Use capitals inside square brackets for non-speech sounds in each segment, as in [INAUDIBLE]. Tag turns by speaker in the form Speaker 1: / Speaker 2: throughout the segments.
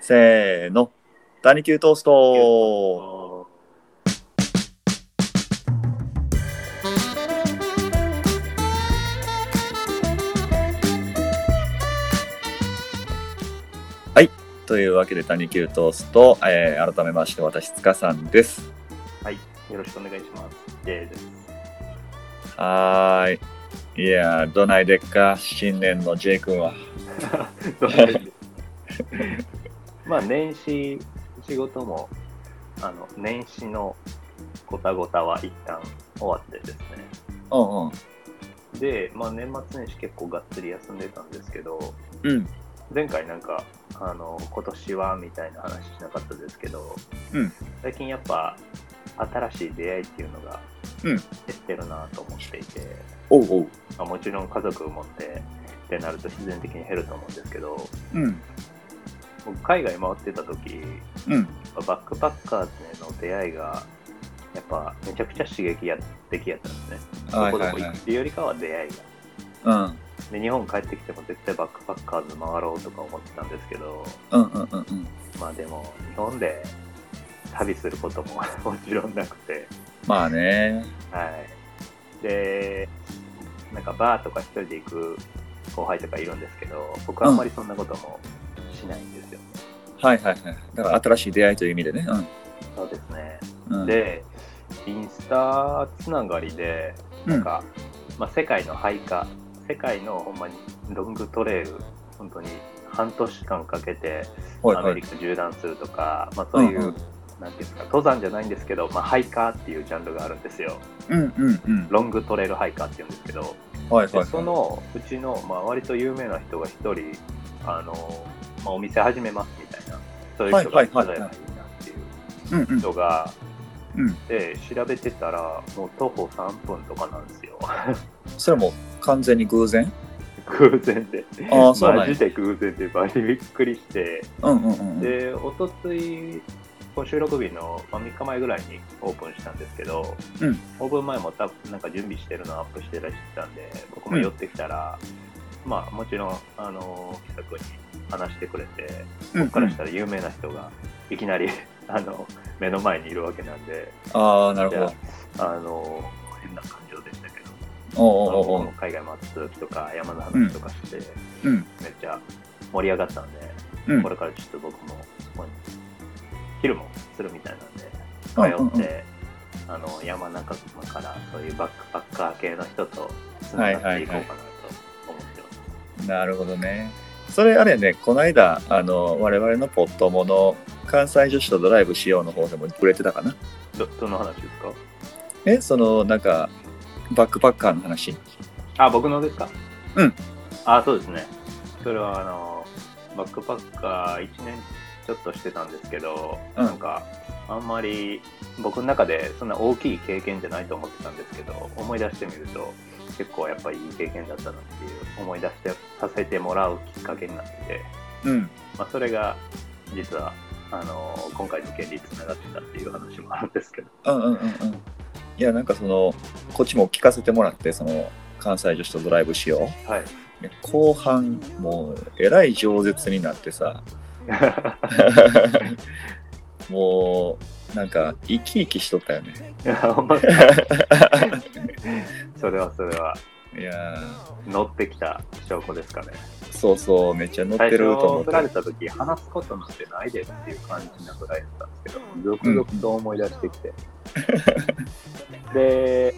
Speaker 1: せーの。ダニキュートーストというわけで、ダニキュートースト、えー改めまして私、塚さんです。
Speaker 2: はい、よろしくお願いします。J です。
Speaker 1: はーい。いやー、どないでっか、新年の J 君は。 [LAUGHS]
Speaker 2: まあ、年始、仕事も、あの、年始のごたごたは一旦終わってです
Speaker 1: うんうん。
Speaker 2: ね。で、まあ、年末年始結構がっつり休んでたんですけど、
Speaker 1: うん。
Speaker 2: 前回なんか、あの、今年はみたいな話しなかったですけど、
Speaker 1: うん
Speaker 2: 最近やっぱ、新しい出会いっていうのが、
Speaker 1: うん
Speaker 2: 減ってるなと思っていて、
Speaker 1: おうおう。
Speaker 2: まあ、もちろん家族を持ってってなると必然的に減ると思うんですけど、
Speaker 1: うん。
Speaker 2: 僕海外回ってた時
Speaker 1: うん。
Speaker 2: バックパッカーズの出会いがやっぱめちゃくちゃ刺激や的やったんですねど
Speaker 1: はい
Speaker 2: こど
Speaker 1: は
Speaker 2: こ
Speaker 1: い
Speaker 2: 行
Speaker 1: は
Speaker 2: っ
Speaker 1: い。
Speaker 2: てよりかは出会いが
Speaker 1: うん。
Speaker 2: で日本帰ってきても絶対バックパッカーズ回ろうとか思ってたんですけど
Speaker 1: うんうんうんうん。
Speaker 2: まあでも日本で旅することも [LAUGHS] もちろんなくて
Speaker 1: まあね。
Speaker 2: はいでなんかバーとか一人で行く後輩とかいるんですけど僕はあんまりそんなこともしないんですよ、
Speaker 1: はいはいはい。だから新しい出会いという意味でね。
Speaker 2: そうですね
Speaker 1: うん。うん、
Speaker 2: で、インスタつながりで、
Speaker 1: うん
Speaker 2: なんか、まあ、世界の廃下、世界のほんまにロングトレイル、本当に半年間かけて
Speaker 1: はい
Speaker 2: ア
Speaker 1: は
Speaker 2: メ
Speaker 1: い
Speaker 2: リ。カ縦断するとか、まあ、そういう、
Speaker 1: うんうん
Speaker 2: なんていうんですか、登山じゃないんですけど、まあ、ハイカーっていうジャンルがあるんですよ。
Speaker 1: うんうんうん。
Speaker 2: ロングトレイルハイカーっていうんですけど、
Speaker 1: はいはい
Speaker 2: で
Speaker 1: はい。
Speaker 2: そのうちの、まあ、割と有名な人が一人、あの、まあ、お店始めますみたいな、そういう人が
Speaker 1: はいい
Speaker 2: た
Speaker 1: はい
Speaker 2: ら
Speaker 1: はい
Speaker 2: い
Speaker 1: い
Speaker 2: な
Speaker 1: は
Speaker 2: っ
Speaker 1: い
Speaker 2: ていう
Speaker 1: うんうん
Speaker 2: 人が、
Speaker 1: うん。
Speaker 2: で調べてたらもう徒歩3分とかなんですよ [LAUGHS]
Speaker 1: それも完全に偶然
Speaker 2: 偶然で
Speaker 1: ああ、そうな
Speaker 2: マ
Speaker 1: んや
Speaker 2: ジ。で偶然でバリびっくりして、
Speaker 1: うんうんうんうん。
Speaker 2: でおとつい収録日の、まあ、3日前ぐらいにオープンしたんですけど、
Speaker 1: うん
Speaker 2: オープン前もたなんか準備してるのをアップしてらっしゃったんで僕も寄ってきたら、まあもちろんあの気さくに話してくれて
Speaker 1: うん
Speaker 2: 僕からしたら有名な人がいきなり [LAUGHS] あの目の前にいるわけなんで
Speaker 1: ああ、なる
Speaker 2: いや
Speaker 1: ほ
Speaker 2: あの変な感情でしたけど
Speaker 1: ど。おうおうお
Speaker 2: 僕
Speaker 1: うおう
Speaker 2: も海外回ってた時とか山の話とかして、
Speaker 1: うん。
Speaker 2: めっちゃ盛り上がったんで、
Speaker 1: うん
Speaker 2: こ。れからちょっと僕もそこに昼もするみたいなんで
Speaker 1: うんうんうん
Speaker 2: 通って、あの山中からそういうバックパッカー系の人とつながっていこうかなと思ってます。
Speaker 1: なるほどね。それあれね、この間、あの、我々のポットもの、関西女子とドライブしようの方でも触れてたかな。
Speaker 2: どどの話ですか
Speaker 1: え、その、なんか、バックパッカーの話。
Speaker 2: あ、僕のですか
Speaker 1: うん。
Speaker 2: あ、そうですね。それは、あの、バックパッカー1年ちょっとしてたんですけど、
Speaker 1: うん
Speaker 2: なんか、あんまり僕の中でそんな大きい経験じゃないと思ってたんですけど、思い出してみると、結構やっぱりいい経験だったなっていう、思い出してさせてもらうきっかけになってて、
Speaker 1: うん。
Speaker 2: まあ、それが、実は、あの、今回の件につながってたっていう話もあるんです
Speaker 1: [LAUGHS]
Speaker 2: けど、
Speaker 1: うんうんうんうん。いや、なんかその、こっちも聞かせてもらって、その、関西女子とドライブしよ
Speaker 2: はい。
Speaker 1: う。ね後半、もう、えらい饒舌になって [LAUGHS] さ、もう、なんか、生き生きしとったよ [LAUGHS] ね。
Speaker 2: いやほんまそれはそれは。
Speaker 1: いや
Speaker 2: 乗ってきた証拠ですかね。
Speaker 1: ーそうそう、めっちゃ乗って
Speaker 2: 最
Speaker 1: る
Speaker 2: 初
Speaker 1: と思っ
Speaker 2: 振られ
Speaker 1: て。
Speaker 2: た時話すことなんてないですっていう感じなぐらいだったんですけど、続々と思い出し
Speaker 1: [LAUGHS]
Speaker 2: てきて。で、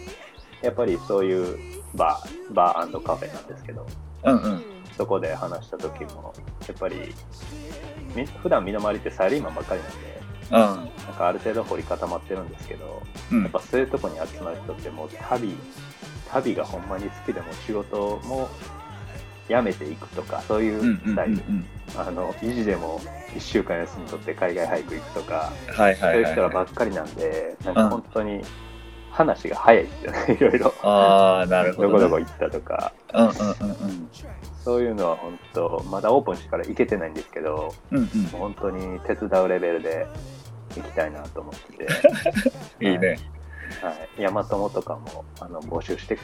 Speaker 2: やっぱりそういうバー、バーカフェなんですけど、
Speaker 1: うんうん。
Speaker 2: そこで話した時も、やっぱり、み普段身の回りってサラリーマンばっかりなん
Speaker 1: う
Speaker 2: で、
Speaker 1: ん。
Speaker 2: なんかある程度掘り固まってるんですけど、
Speaker 1: うん
Speaker 2: やっぱそういうとこに集まる人ってもう旅旅がほんまに好きでもう仕事も辞めていくとかそういう
Speaker 1: うんうん
Speaker 2: スタイル、
Speaker 1: うん
Speaker 2: あの維持でも1週間休み取って海外俳句行くとか、
Speaker 1: うんはいはいはい、
Speaker 2: そういう人らば
Speaker 1: はい。
Speaker 2: っかりなんでなんか本当に話が早いですよね、 [LAUGHS] いろいろ
Speaker 1: ああ、なるほど、
Speaker 2: どこどこ行ったとか
Speaker 1: うんうんうんうん。
Speaker 2: そういうのは本当まだオープンしてから行けてないんですけど
Speaker 1: うん
Speaker 2: もう本当に手伝うレベルで行きたいなと
Speaker 1: [LAUGHS]
Speaker 2: 思って
Speaker 1: う
Speaker 2: て。
Speaker 1: ん。いいね。
Speaker 2: はい、ヤマトモとかもあの募集して、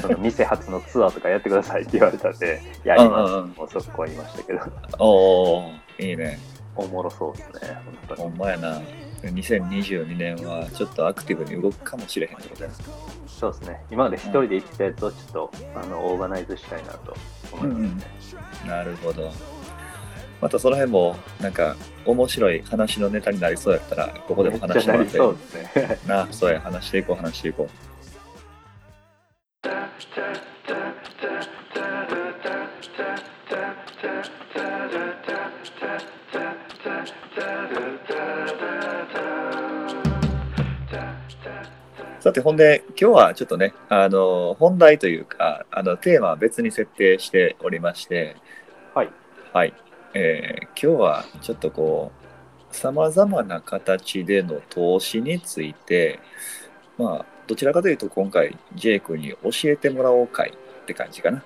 Speaker 2: その店初のツアーとかやってくださいって言われたんで、やります、
Speaker 1: うんうんうん
Speaker 2: もうそこは言いましたけど、
Speaker 1: おお、いいね。
Speaker 2: おもろそうですね、本当
Speaker 1: ほ
Speaker 2: に。
Speaker 1: んまやな。2022年はちょっとアクティブに動くかもしれへんってことやな。
Speaker 2: そうですね、今まで一人で行ってたやつをちょっと、あのオーガナイズしたいなと思いますね。
Speaker 1: なるほど。またその辺も、なんか、面白い話のネタになりそうやったら、ここでも
Speaker 2: めっ
Speaker 1: 話し
Speaker 2: ち
Speaker 1: て
Speaker 2: ゃ
Speaker 1: もら
Speaker 2: な
Speaker 1: っ
Speaker 2: り
Speaker 1: て。
Speaker 2: そうですね。
Speaker 1: なあ、そうや、話していこう、話していこう。さて、ほんで、今日はちょっとね、あの、本題というか、あの、テーマは別に設定しておりまして、
Speaker 2: はい。
Speaker 1: はい。えー今日はちょっとこう、さまざまな形での投資について、まあ、どちらかというと今回、ジェイ君に教えてもらおうかいって感じかな。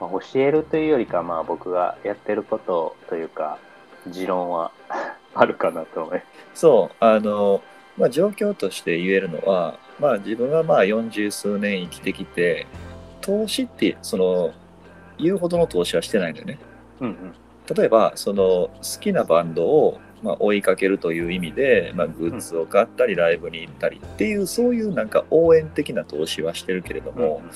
Speaker 2: まあ、教えるというよりか、まあ、僕がやってることというか、持論は [LAUGHS] あるかなと思いま
Speaker 1: そう、あの、まあ、状況として言えるのは、まあ、自分はまあ、40数年生きてきて、投資って、その、言うほどの投資はしてないんだよね。
Speaker 2: す。うんうん。
Speaker 1: 例えばその好きなバンドを、まあ、追いかけるという意味で、まあ、グッズを買ったりライブに行ったりっていうそういうなんか応援的な投資はしてるけれども、
Speaker 2: うんうん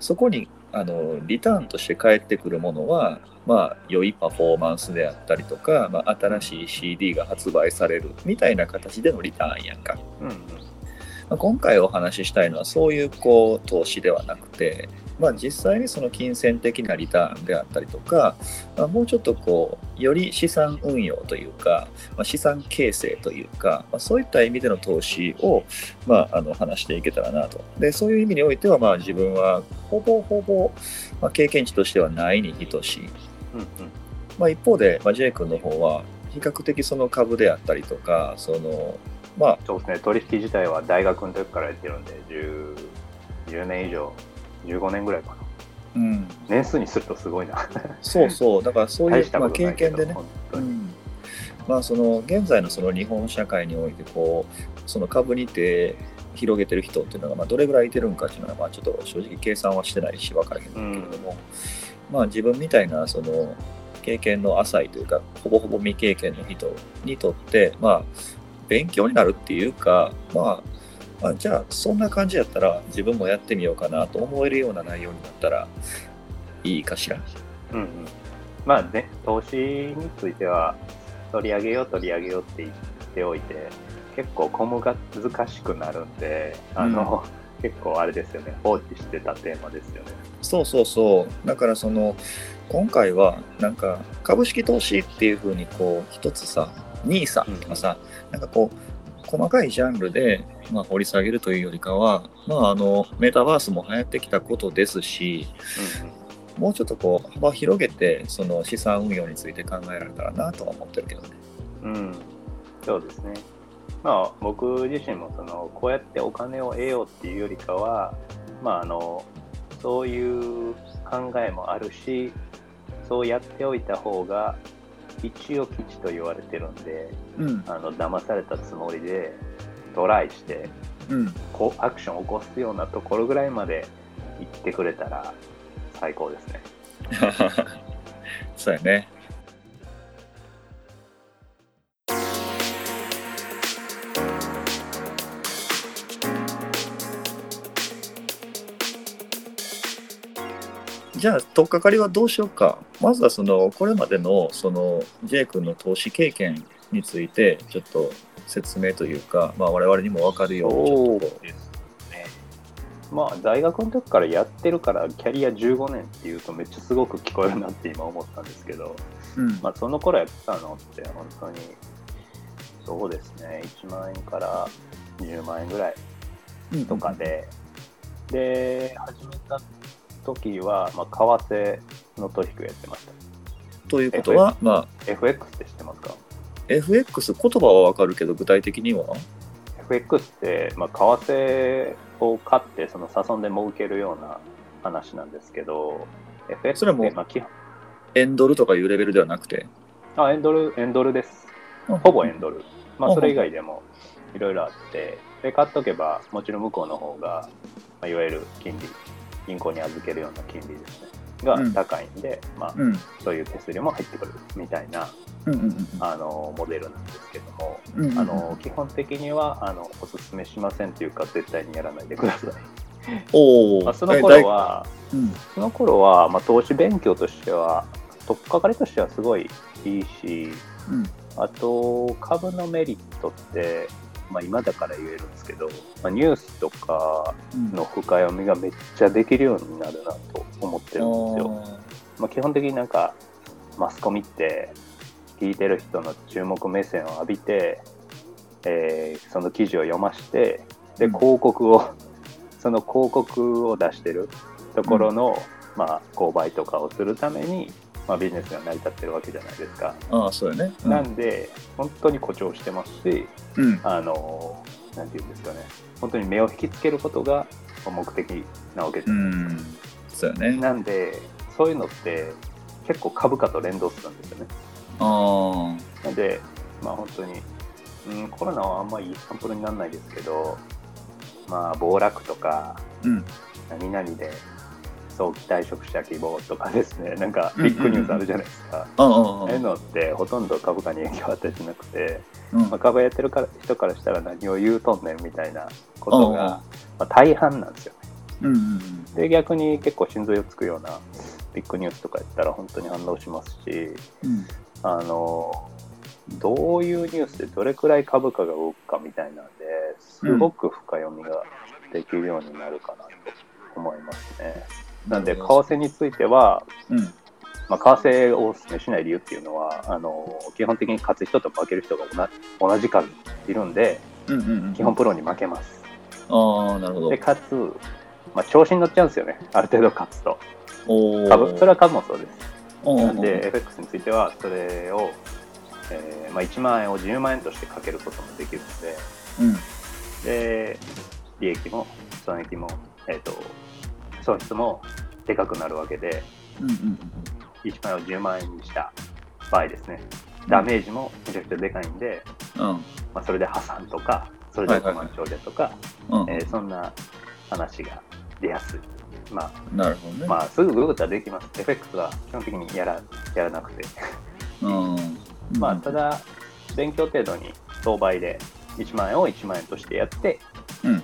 Speaker 1: そこにあのリターンとして返ってくるものは、まあ、良いパフォーマンスであったりとか、まあ、新しい CD が発売されるみたいな形でのリターンやんか。
Speaker 2: うんうん
Speaker 1: まあ今回お話ししたいのはそういうこう投資ではなくて、まあ、実際にその金銭的なリターンであったりとか、まあもうちょっとこうより資産運用というか、まあ資産形成というか、まあそういった意味での投資を、まあ、あの話していけたらなとでそういう意味においてはまあ自分はほぼほぼ、まあ経験値としてはないに等しい
Speaker 2: うん
Speaker 1: まあ、一方で、まあ、J 君の方は比較的その株であったりとかそのまあ
Speaker 2: そうですね、取引自体は大学の時からやってるんで、10, 10年以上、15年ぐらいかな。
Speaker 1: うん、
Speaker 2: 年数にするとすごいな。
Speaker 1: そうそう、だからそうい
Speaker 2: [LAUGHS] 大し
Speaker 1: う、
Speaker 2: た
Speaker 1: ま
Speaker 2: こ
Speaker 1: あ、
Speaker 2: とな
Speaker 1: 経
Speaker 2: いけ
Speaker 1: 験
Speaker 2: ど、
Speaker 1: でね、
Speaker 2: 本
Speaker 1: う
Speaker 2: 当に。
Speaker 1: んまあ、その現在のその日本社会においてこう、その株にて広げてる人っていうのが、まあ、どれぐらいいてるんかっていうのは、まあ、ちょっと正直計算はしてないし、分からへんけれども、まあ、自分みたいなその経験の浅いというか、ほぼほぼ未経験の人にとって、まあ、勉強になるっていうか、まあ、まあ、じゃあそんな感じやったら自分もやってみようかなと思えるような内容になったらいいかしら。
Speaker 2: うんうん、まあね、投資については、取り上げよう、取り上げようって言っておいて、結構、コムが難しくなるんで、あの、結構あれですよね、放置してたテーマですよね。
Speaker 1: そうそうそうだからその今回はなんか株式投資っていう風にこう一つさ NISA とかさ、なんかこう細かいジャンルで、まあ、掘り下げるというよりかは、まあ、あのメタバースも流行ってきたことですしもうちょっとこう幅広げてその資産運用について考えられたらなとは思ってるけどね。
Speaker 2: うん、うん、そうですね。まあ、僕自身もその、こうやってお金を得ようっていうよりかは、まあ、あの、そういう考えもあるし、そうやっておいた方が、一応基地と言われてるんで、
Speaker 1: うん
Speaker 2: あの騙されたつもりでトライして
Speaker 1: うん、
Speaker 2: こうアクションを起こすようなところぐらいまで行ってくれたら最高ですね。
Speaker 1: そうやね。じゃあ、とっかかりはどうしようか。まずは、その、これまでの、その、J 君の投資経験について、ちょっと説明というか、まあ、我々にも分かるように、ちょっとこう
Speaker 2: まあ大学の時からやってるからキャリア15年っていうとめっちゃすごく聞こえるなって今思ったんですけど、
Speaker 1: うん
Speaker 2: まあ、その頃やってたのって本当にそうですね1万円から10万円ぐらい
Speaker 1: うん
Speaker 2: とかで、で始めた時は、まあ、為替の取引をやってました。
Speaker 1: ということは、まあ、
Speaker 2: FX って知ってますか
Speaker 1: FX、言葉は分かるけど、具体的には
Speaker 2: FX って、まあ、為替を買ってその差損で儲けるような話なんですけど FX
Speaker 1: それ
Speaker 2: っ
Speaker 1: はもう
Speaker 2: て、まあ、基本
Speaker 1: 円ドルとかいうレベルではなくて。
Speaker 2: あ円ドル円ドルですほぼ円ドル、ま
Speaker 1: う
Speaker 2: あ、
Speaker 1: ん
Speaker 2: それ以外でもいろいろあってで買っとけばもちろん向こうの方が、まあ、いわゆる金利銀行に預けるような金利ですねが高いんで、まあ、
Speaker 1: うんうん
Speaker 2: そういう手数料も入ってくるみたいな
Speaker 1: うんうん
Speaker 2: あのモデルなんですけども、
Speaker 1: うんうん
Speaker 2: あの基本的にはあのおすすめしませんというか絶対にやらないでください。
Speaker 1: お
Speaker 2: ま
Speaker 1: お
Speaker 2: あ、その頃は
Speaker 1: うん
Speaker 2: その頃は、まあ、投資勉強としては取っかかりとしてはすごいいいし
Speaker 1: うん
Speaker 2: あと株のメリットって、まあ、今だから言えるんですけど、まあ、ニュースとか
Speaker 1: うん
Speaker 2: の深読みがめっちゃできるようになるなと思ってるんですよ。まあ、基本的になんかマスコミって聞いてる人の注目目線を浴びて、えーその記事を読ましてで
Speaker 1: うん
Speaker 2: 広告を、 [LAUGHS] その広告を出してるところの、まあ、購買とかをするために、まあ、ビジネスが成り立ってるわけじゃないですか、
Speaker 1: あーあーそうよねうん
Speaker 2: なんで本当に誇張してますし
Speaker 1: うん
Speaker 2: あのなんていうんですかね本当に目を引きつけることが目的なわけ
Speaker 1: う
Speaker 2: じゃないですか、
Speaker 1: んそうよね
Speaker 2: なんで、そういうのって結構株価と連動するんですよね。
Speaker 1: あ
Speaker 2: なんで、まあ本当に、うん、コロナはあんまりいいサンプルにならないですけど、まあ暴落とか、
Speaker 1: ーうん
Speaker 2: 何々で早期退職者希望とかですね、 [LAUGHS] なんか
Speaker 1: うん
Speaker 2: ビッグニュースあるじゃないですか。
Speaker 1: ああ
Speaker 2: ああいうのってほとんど株価に影響は与えてなくて、
Speaker 1: うん
Speaker 2: まあ、株やってるから人からしたら何を言うとんねんみたいなこと
Speaker 1: うんうん
Speaker 2: が、まあ、大半なんですよね。
Speaker 1: うんうん
Speaker 2: で逆に結構心臓をつくようなビッグニュースとかやったら本当に反応しますし
Speaker 1: うん
Speaker 2: あのどういうニュースでどれくらい株価が動くかみたいなんですごく深読みができるようになるかなと思いますね。なんで為替については、
Speaker 1: うん
Speaker 2: まあ、為替をお勧めしない理由っていうのはあの基本的に勝つ人と負ける人が同同じ数いるんで
Speaker 1: うんうんうん
Speaker 2: 基本プロに負けます。
Speaker 1: ああなるほど
Speaker 2: でかつ、まあ、調子に乗っちゃうんですよねある程度勝つと。
Speaker 1: おー
Speaker 2: 株それは株もそうです。
Speaker 1: うんうん
Speaker 2: な
Speaker 1: うん
Speaker 2: んで FX についてはそれを、えーまあ、1万円を10万円としてかけることもできるので
Speaker 1: うん
Speaker 2: で利益も損益も、えー、と損失もでかくなるわけで
Speaker 1: うんうん
Speaker 2: 1万円を10万円にした場合ですねダメージもめちゃくちゃでかいんで、
Speaker 1: うんうん
Speaker 2: まあ、それで破産とかそれで億万長者とか、
Speaker 1: うん
Speaker 2: えーそんな話が出やすい。まあ、
Speaker 1: なるほどね
Speaker 2: まあ、すぐググったらできます。FX は基本的にやらやらなくて。
Speaker 1: うん
Speaker 2: まあ、ただ、勉強程度に当倍で1万円を1万円としてやって、
Speaker 1: うん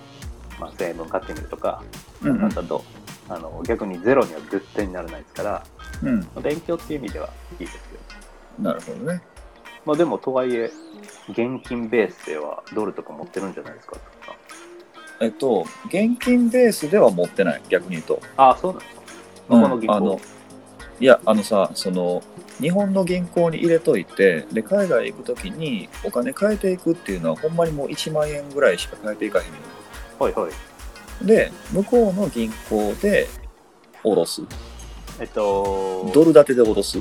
Speaker 2: まあ、1000円分買ってみるとか、
Speaker 1: うんうん
Speaker 2: なんだとあの逆にゼロには絶対にならないですから、
Speaker 1: うん
Speaker 2: 勉強っていう意味ではいいですよ。
Speaker 1: なるほどね
Speaker 2: まあ、でも、とはいえ、現金ベースではドルとか持ってるんじゃないですか。
Speaker 1: えっと現金ベースでは持ってない逆に言うと
Speaker 2: ああ、そうなんですか。ここの銀行。
Speaker 1: あのいやあのさその日本の銀行に入れといてで海外行く時にお金変えていくっていうのはほんまにもう1万円ぐらいしか変えていかへんのよ
Speaker 2: はいはい。
Speaker 1: で向こうの銀行で下ろす
Speaker 2: えっと、
Speaker 1: ドル建てで下ろす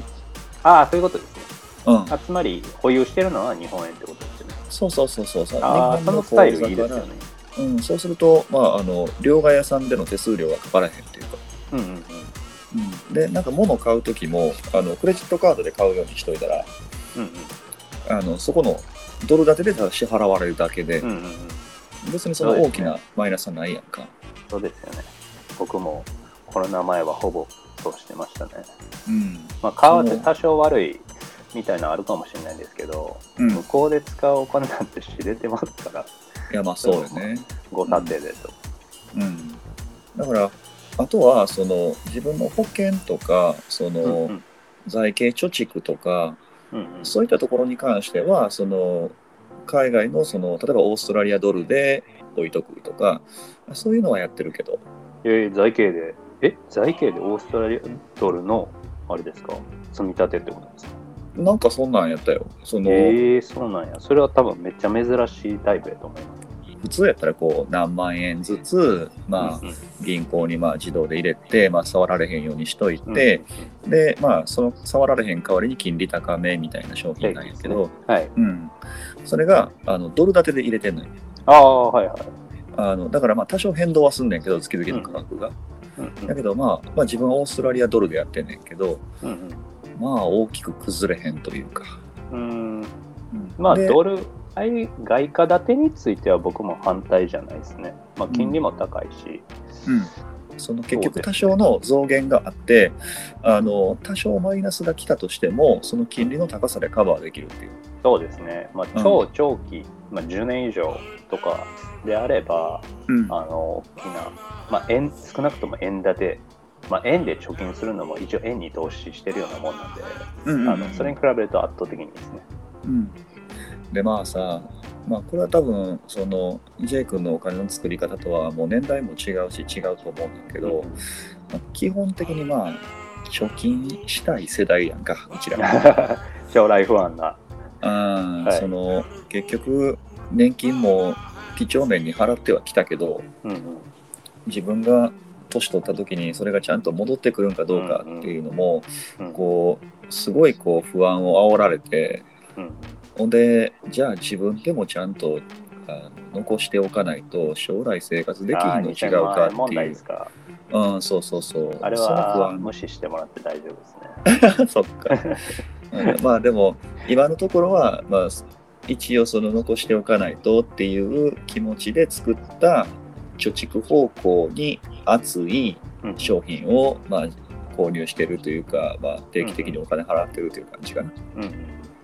Speaker 2: ああ、そういうことですね。
Speaker 1: うん
Speaker 2: あつまり、保有してるのは日本円ってことですよね。
Speaker 1: そうそうそうそうそう
Speaker 2: ああ、
Speaker 1: 日
Speaker 2: そ
Speaker 1: 本
Speaker 2: の
Speaker 1: の
Speaker 2: スタイ
Speaker 1: 口座
Speaker 2: ルいいですよね。
Speaker 1: からうん、そうすると、まあ、あの両替屋さんでの手数料がかからへんっていうか
Speaker 2: うんうんうん。
Speaker 1: でなんか物を買う時もあのクレジットカードで買うようにしといたら
Speaker 2: うん
Speaker 1: あのそこのドル建てでただ支払われるだけで、
Speaker 2: うん。うんうんうん。
Speaker 1: 別にその
Speaker 2: そう
Speaker 1: 大
Speaker 2: です
Speaker 1: き
Speaker 2: ね
Speaker 1: なマイナスはないやんか
Speaker 2: そうですよね。僕もコロナ前はほぼそうしてましたね。
Speaker 1: うん
Speaker 2: まあ、為替多少悪いみたいなのあるかもしれないですけど、
Speaker 1: うん
Speaker 2: 向こうで使うお金なんて知れてますから、
Speaker 1: いやまあそうよね
Speaker 2: ご家庭でと。
Speaker 1: うんだからあとはその自分の保険とかその、
Speaker 2: うんうん
Speaker 1: 財形貯蓄とか
Speaker 2: うんうん
Speaker 1: そういったところに関してはその海外のその例えばオーストラリアドルで置いとくとかそういうのはやってるけど
Speaker 2: えー財形で、え、財形でオーストラリアドルの、あれですか、積み立てってことですか。
Speaker 1: なんかそんなんやったよその、
Speaker 2: えー、そうなんや。それは多分めっちゃ珍しいタイプやと思います。
Speaker 1: 普通やったらこう何万円ずつ、ま
Speaker 2: うんうん
Speaker 1: あ、銀行にまあ自動で入れて、まあ、触られへんようにしとい
Speaker 2: うん
Speaker 1: て、、で、まあ、その触られへん代わりに金利高めみたいな商
Speaker 2: うん
Speaker 1: 品なんやけど、、
Speaker 2: はい。
Speaker 1: うん、それがあのドル建てで入れてんのよ
Speaker 2: ああ、はいはい。
Speaker 1: あのだからまあ多少変動はすんねんけど月々の価格が、
Speaker 2: うん
Speaker 1: だけど、まあ、まあ自分はオーストラリアドルでやってんねんけど
Speaker 2: うんうん
Speaker 1: まあ大きく崩れへんというか、
Speaker 2: うん、う
Speaker 1: う
Speaker 2: ん
Speaker 1: ん
Speaker 2: まあ
Speaker 1: で
Speaker 2: ドルあい外貨建てについては僕も反対じゃないですね、まあ、金利も高いし、
Speaker 1: うんその結局多少の増減があってあの多少マイナスが来たとしてもその金利の高さでカバーできるっていう。
Speaker 2: そうですね、まあ、超長期、まあ、10年以上とかであれば、
Speaker 1: うん
Speaker 2: あの大きな、まあ、円少なくとも円建て、まあ、円で貯金するのも一応円に投資してるようなもんなんで、
Speaker 1: うんうん
Speaker 2: あのそれに比べると圧倒的にですね。
Speaker 1: うん、でまあさまあこれは多分その J 君のお金の作り方とはもう年代も違うし違うと思うんだけど、まあ基本的にまあ貯金したい世代やんかうちら
Speaker 2: [LAUGHS]
Speaker 1: は
Speaker 2: 将来不安な。
Speaker 1: あー、
Speaker 2: はい
Speaker 1: その結局年金も几帳面に払ってはきたけど
Speaker 2: うんうん
Speaker 1: 自分が年取った時にそれがちゃんと戻ってくるんかどうかっていうのも、
Speaker 2: うん
Speaker 1: こうすごいこう不安を煽られて
Speaker 2: うん
Speaker 1: ほんでじゃあ自分でもちゃんとあ残しておかないと将来生活でき
Speaker 2: あ
Speaker 1: る
Speaker 2: ー
Speaker 1: の違
Speaker 2: 2000
Speaker 1: うか
Speaker 2: 万円
Speaker 1: って
Speaker 2: 問題
Speaker 1: い
Speaker 2: で
Speaker 1: う
Speaker 2: すか。
Speaker 1: うんそうそうそう
Speaker 2: あれ
Speaker 1: その不
Speaker 2: は
Speaker 1: 安
Speaker 2: 無視してもらって大丈夫ですね。 [LAUGHS]
Speaker 1: そっか。うんまあでも今のところは、まあ、一応その残しておかないとっていう気持ちで作った貯蓄方向に熱い
Speaker 2: うん
Speaker 1: 商品を、まあ、購入してるというか、まあ、定期的にお金払ってるという感じかな。
Speaker 2: うんうん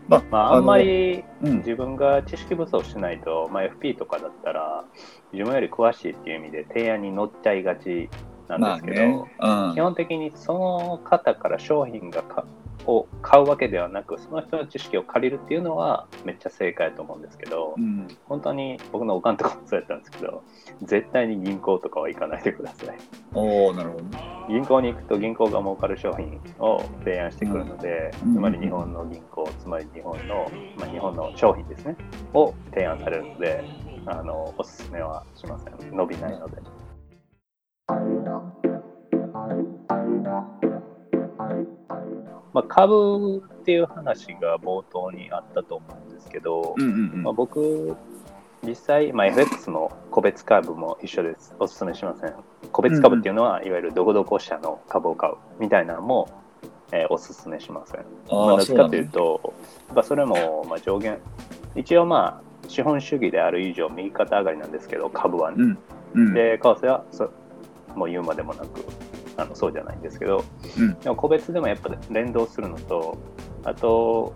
Speaker 1: まあ、
Speaker 2: まあ、あんまり
Speaker 1: あの、うん、
Speaker 2: 自分が知識不足しないと、まあ、FP とかだったら自分より詳しいっていう意味で提案に乗っちゃいがちなんですけど、
Speaker 1: まあ
Speaker 2: 基
Speaker 1: ね、
Speaker 2: 本的にその方から商品がかを買うわけではなくその人の知識を借りるっていうのはめっちゃ正解だと思うんですけど、
Speaker 1: うん、うん
Speaker 2: 本当に僕のおかんとかもそうやったんですけど絶対に銀行とかは行かないでください
Speaker 1: おおなるほどね。
Speaker 2: 銀行に行くと銀行が儲かる商品を提案してくるので、
Speaker 1: うん
Speaker 2: つまり日本の銀行、つまり日本の、まあ、日本の商品ですね、を提案されるので、あのおすすめはしません。伸びないので。まあ、株っていう話が冒頭にあったと思うんですけど、
Speaker 1: うんうん
Speaker 2: ま
Speaker 1: う
Speaker 2: あ、
Speaker 1: ん。
Speaker 2: 僕、実際、まあ、FX も個別株も一緒です。おすすめしません。個別株っていうのは、いわゆるどこどこ社の株を買うみたいなのも、えーおすすめしません。まあ
Speaker 1: あ
Speaker 2: な
Speaker 1: あ、
Speaker 2: ぜ
Speaker 1: そうな
Speaker 2: か
Speaker 1: ん
Speaker 2: と
Speaker 1: だ
Speaker 2: いうと、まあ、それもまあ上限、一応まあ、資本主義である以上、右肩上がりなんですけど、株はね。
Speaker 1: うんうん
Speaker 2: で、為替はそもう言うまでもなくあのそうじゃないんですけど、
Speaker 1: うん
Speaker 2: でも個別でもやっぱ連動するのと、あと、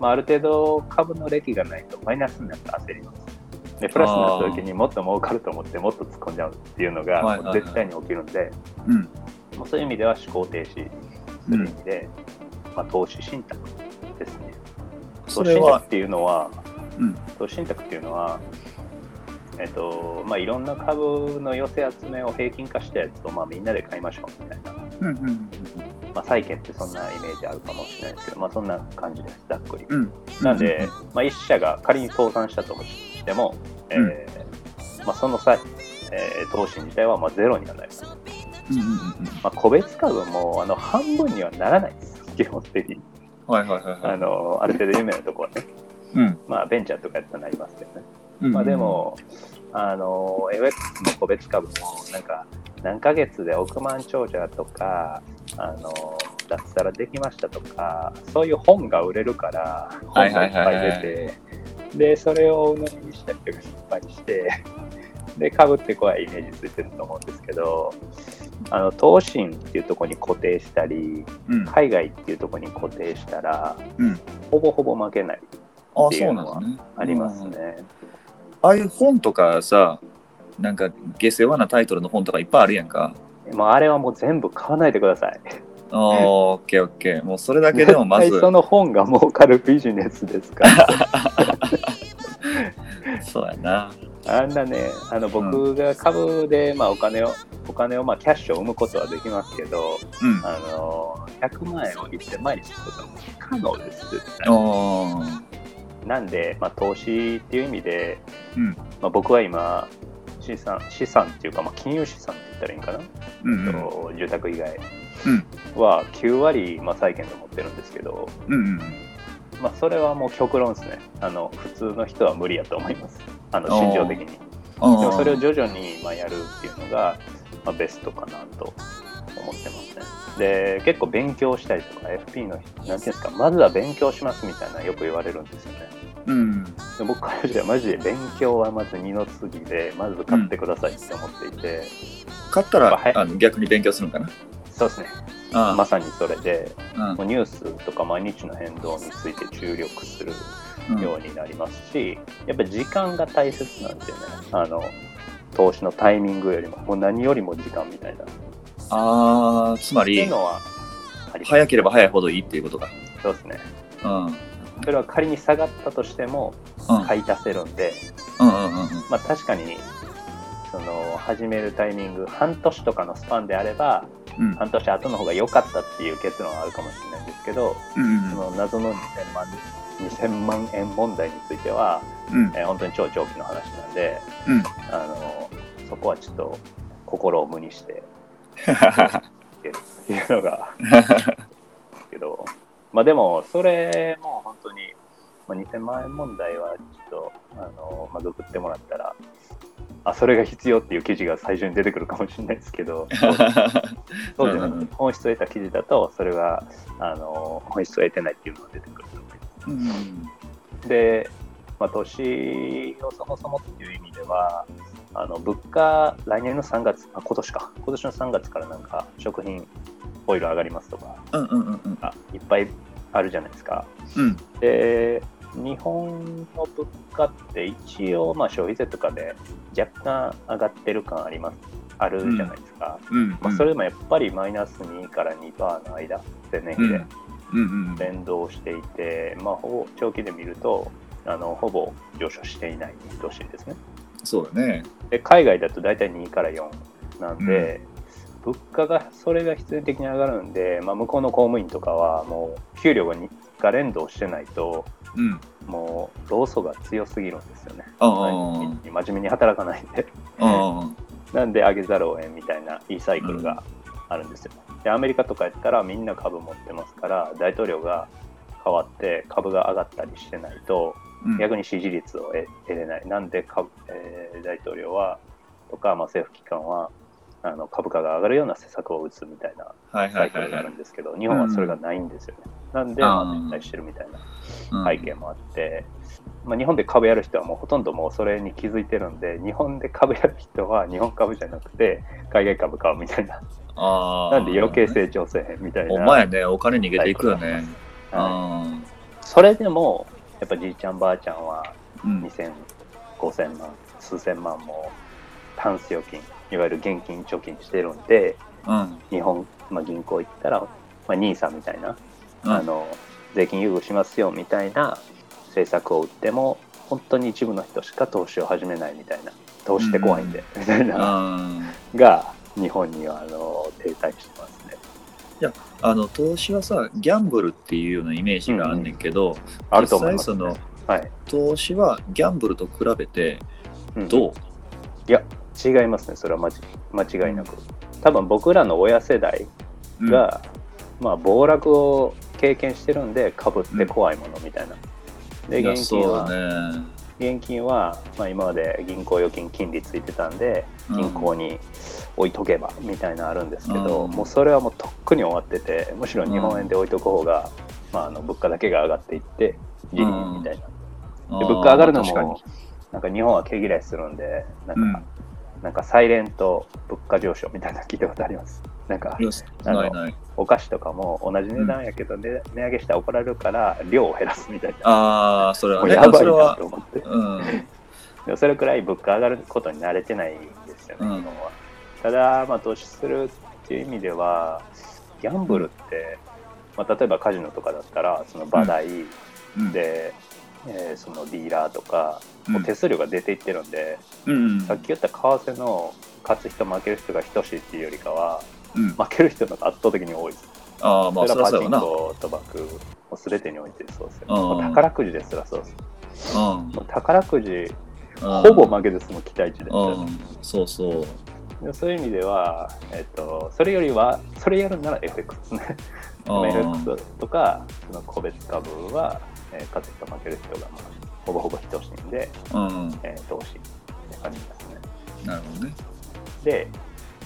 Speaker 2: まあ、ある程度株の歴がないとマイナスになって焦ります。で、プラスになった時にもっと儲かると思ってもっと突っ込んじゃうっていうのが
Speaker 1: はいはい
Speaker 2: も
Speaker 1: は
Speaker 2: う
Speaker 1: い
Speaker 2: 絶対に起きるんで、
Speaker 1: うん
Speaker 2: もうそういう意味では思考停止する意味で、まあ、投資信託ですね。
Speaker 1: そ
Speaker 2: 投
Speaker 1: れ
Speaker 2: 資信託
Speaker 1: は
Speaker 2: っ、ていうのは、
Speaker 1: うん
Speaker 2: 投資信託っていうのは、えっとまあ、いろんな株の寄せ集めを平均化したやつを、まあ、みんなで買いましょうみたいな、
Speaker 1: うんうん
Speaker 2: まあ、債券ってそんなイメージあるかもしれないですけど、まあ、そんな感じです、ざっくり。
Speaker 1: うんうん。
Speaker 2: なんで、まあ、1社が仮に倒産したとしても、えーまあ、その際、えー投資自体はまあゼロにはなります。
Speaker 1: うんうんうんうん。
Speaker 2: まあ、個別株もあの半分にはならないです、基本的に。
Speaker 1: はいはいはいは
Speaker 2: あ
Speaker 1: い。
Speaker 2: のある程度有名なところはね、
Speaker 1: うん
Speaker 2: まあ、ベンチャーとかやったらなりますけどね。
Speaker 1: うん
Speaker 2: まあで、も、あの、FX の個別株も、なんか、何ヶ月で億万長者とか、あの、脱サラできましたとか、そういう本が売れるから、
Speaker 1: は
Speaker 2: 本
Speaker 1: いは
Speaker 2: がい
Speaker 1: い
Speaker 2: っ
Speaker 1: は
Speaker 2: ぱ
Speaker 1: いはい
Speaker 2: い出て、で、それを鵜呑みにした人がいっぱいして、で、株って怖いイメージついてると思うんですけど、あの、投信っていうところに固定したり、
Speaker 1: うん、あ
Speaker 2: 海外っていうところに固定したら、
Speaker 1: うん
Speaker 2: ほぼほぼ負けない、ってい
Speaker 1: そうう
Speaker 2: のは
Speaker 1: なんですね。
Speaker 2: あります
Speaker 1: うん
Speaker 2: ね。
Speaker 1: ああいう本とかさ、なんか下世話なタイトルの本とかいっぱいあるやんか。
Speaker 2: もうあれはもう全部買わないでください。
Speaker 1: あーオッケーオッケー。もうそれだけで
Speaker 2: [LAUGHS]
Speaker 1: もまず
Speaker 2: 絶対、その本が儲かるビジネスですから。
Speaker 1: そうやな。 [LAUGHS]
Speaker 2: あんなね、あの僕が株でまあお金を、お金をまあキャッシュを生むことはできますけど、
Speaker 1: うん。
Speaker 2: あの100万円を1000万円にすることは不可能です、絶対。
Speaker 1: おー
Speaker 2: なんで、まあ、投資っていう意味で、
Speaker 1: うん
Speaker 2: まあ、僕は今、資産資産っていうか、まあ、金融資産って言ったらいいんかな、
Speaker 1: うんうん
Speaker 2: と住宅以外
Speaker 1: うん
Speaker 2: は9割、まあ、債券で持ってるんですけど、
Speaker 1: うん
Speaker 2: まあ、それはもう極論ですねあの普通の人は無理やと思いますあの心情的にで
Speaker 1: うん。
Speaker 2: もそれを徐々にまあやるっていうのが、まあ、ベストかなと思ってますねで結構勉強したりとか FP の人なんていうんですかまずは勉強しますみたいなのよく言われるんですよね
Speaker 1: うん。
Speaker 2: で僕からしたらマジで勉強はまず二の次でまず買ってくださいって思っていて、
Speaker 1: 勝った
Speaker 2: やっ
Speaker 1: ら
Speaker 2: ぱ早い
Speaker 1: あの逆に勉強するんかな。
Speaker 2: そうですね。
Speaker 1: あ
Speaker 2: まさにそれで、
Speaker 1: あ
Speaker 2: もうニュースとか毎日の変動について注力する
Speaker 1: うんうん
Speaker 2: ようになりますし、やっぱり時間が大切なんですよね。あの、投資のタイミングよりも、もう何よりも時間みたいな。って
Speaker 1: あーつま
Speaker 2: いう
Speaker 1: り、
Speaker 2: のはあります
Speaker 1: 早ければ早いほどいいっていうことか。
Speaker 2: そうですね。
Speaker 1: うん。うん。
Speaker 2: それは仮に下がったとしても、買い足せるんで、
Speaker 1: うんうんうんうん。
Speaker 2: まあ確かに、その、始めるタイミング、半年とかのスパンであれば、
Speaker 1: うん
Speaker 2: 半年後の方が良かったっていう結論はあるかもしれないんですけど、
Speaker 1: うん
Speaker 2: その謎の2000万2000万円問題については、
Speaker 1: うん
Speaker 2: えー本当に超長期の話なんで、
Speaker 1: うん
Speaker 2: あのそこはちょっと心を無にしてっていう
Speaker 1: [LAUGHS]
Speaker 2: のがけど、まあ、でもそれも本当に、まあ、2000万円問題はちょっとあの、まあ、ググってもらったらあそれが必要っていう記事が最初に出てくるかもしれないですけどそうじゃな
Speaker 1: うんう
Speaker 2: く
Speaker 1: ん
Speaker 2: て本質を得た記事だとそれがあの本質を得てないっていうのが出てくると思います。
Speaker 1: うん
Speaker 2: で、まあ、投資をそもそもっていう意味では、あの物価、来年の3月、あ今年か、今年の3月からなんか、食品、オイル上がりますとか、
Speaker 1: うんうんうんうん
Speaker 2: あいっぱいあるじゃないですか。
Speaker 1: うん
Speaker 2: で、日本の物価って一応、まあ、消費税とかで若干上がってる感あります、あるじゃないですか。
Speaker 1: うん
Speaker 2: まあ、それでもやっぱりマイナス2から2%の間、前年比で。
Speaker 1: うんうん
Speaker 2: 連動していて、まあ、ほぼ長期で見るとあのほぼ上昇していない見通しですね
Speaker 1: そうだね
Speaker 2: で海外だと大体2から4なんで、物価がそれが必然的に上がるんで、まあ、向こうの公務員とかはもう給料がにが連動してないと
Speaker 1: うん
Speaker 2: もう労組が強すぎるんですよね
Speaker 1: ああ
Speaker 2: 毎日真面目に働かないんで
Speaker 1: あ
Speaker 2: なんで上げざるを得んみたいないいサイクルがあるんですよ、でアメリカとかやったらみんな株持ってますから大統領が変わって株が上がったりしてないと逆に支持率を得得れないなんで株、えー大統領はとか、まあ、政府機関はあの株価が上がるような施策を打つみたいな
Speaker 1: はい
Speaker 2: サ
Speaker 1: は
Speaker 2: イ
Speaker 1: い
Speaker 2: ク
Speaker 1: は
Speaker 2: ル
Speaker 1: い
Speaker 2: が
Speaker 1: は
Speaker 2: あ
Speaker 1: い
Speaker 2: るんですけど、日本はそれがないんですよね、なんで、
Speaker 1: あー
Speaker 2: まあ、撤退してるみたいな背景もあって、まあ、日本で株やる人はもうほとんどもうそれに気づいてるんで日本で株やる人は日本株じゃなくて海外株買うみたいな
Speaker 1: あ
Speaker 2: なんで余計成長せえへんみたいな
Speaker 1: お前ねお金逃げていくよねあ
Speaker 2: はいそれでもやっぱじいちゃんばあちゃんは
Speaker 1: あうん
Speaker 2: 2000、5000万数千万もタンス預金いわゆる現金貯金してるんで
Speaker 1: うん
Speaker 2: 日本、まあ、銀行行ったら、まあ、NISA みたいな
Speaker 1: うん
Speaker 2: あの税金優遇しますよみたいな政策を打っても本当に一部の人しか投資を始めないみたいな投資って怖いんで、みたいな
Speaker 1: あ
Speaker 2: が日本にはあの停滞してますね。
Speaker 1: あの投資はさギャンブルっていうようなイメージがあんねんけど
Speaker 2: あると思います、
Speaker 1: 実際その
Speaker 2: はい、
Speaker 1: 投資はギャンブルと比べて
Speaker 2: うん
Speaker 1: どう
Speaker 2: 違いますねそれは間ち間違いなく。多分僕らの親世代
Speaker 1: うん
Speaker 2: が、まあ、暴落を経験してるんで株って怖いものみたいな。で
Speaker 1: いや
Speaker 2: 現金は、
Speaker 1: そうね
Speaker 2: 現金は、まあ、今まで銀行預金金利ついてたんで銀行に置いとけばみたいなのあるんですけど、
Speaker 1: うん
Speaker 2: もうそれはもうとっくに終わっててむしろ日本円で置いとく方が、まあ、あの物価だけが上がっていってギリギリみたいな、
Speaker 1: うん
Speaker 2: で物価上がるの
Speaker 1: あー確かに
Speaker 2: もなんか日本は毛嫌いするんでなんか、
Speaker 1: うん
Speaker 2: なんかサイレント物価上昇みたいなの聞いたことありますなんか
Speaker 1: いやないない
Speaker 2: お菓子とかも同じ値段やけど、ね値上げして怒られるから量を減らすみたいな
Speaker 1: ああそれ
Speaker 2: も
Speaker 1: は
Speaker 2: う
Speaker 1: ね
Speaker 2: やば
Speaker 1: そ
Speaker 2: い
Speaker 1: れ
Speaker 2: な
Speaker 1: は
Speaker 2: と思って。
Speaker 1: うん
Speaker 2: でもそれくらい物価上がることに慣れてないんですよ
Speaker 1: う
Speaker 2: ね、
Speaker 1: ん
Speaker 2: 日本は。ただ、まあ、投資するっていう意味では、ギャンブルって、まあ、例えばカジノとかだったら、その場代
Speaker 1: うん
Speaker 2: [LAUGHS] で、えーそのディーラーとか、
Speaker 1: うん
Speaker 2: もう手数料が出ていってるんで、
Speaker 1: うん
Speaker 2: さっき言った為替の勝つ人、負ける人が等しいっていうよりかは、
Speaker 1: うん
Speaker 2: 負ける人の方が圧倒的に多いです。
Speaker 1: ああまあそ
Speaker 2: そ
Speaker 1: り
Speaker 2: れ
Speaker 1: ゃ
Speaker 2: は
Speaker 1: そ
Speaker 2: パ
Speaker 1: う
Speaker 2: チ
Speaker 1: やな
Speaker 2: ンコ、賭博、もう全てにおいてそうですよ。
Speaker 1: うん
Speaker 2: もう宝くじですらそうです。
Speaker 1: うん
Speaker 2: もう宝くじ、
Speaker 1: うん
Speaker 2: ほぼ負けです、もう期待値で。
Speaker 1: うんそうそう
Speaker 2: でそういう意味では、えっと、それよりは、それやるなら FX ね。
Speaker 1: うん
Speaker 2: FX とか、その個別株は、えー勝つ人負ける人が、まあ、ほぼほぼ等しいんで、
Speaker 1: うん
Speaker 2: えー投資って感じですね。
Speaker 1: なるほどね
Speaker 2: で、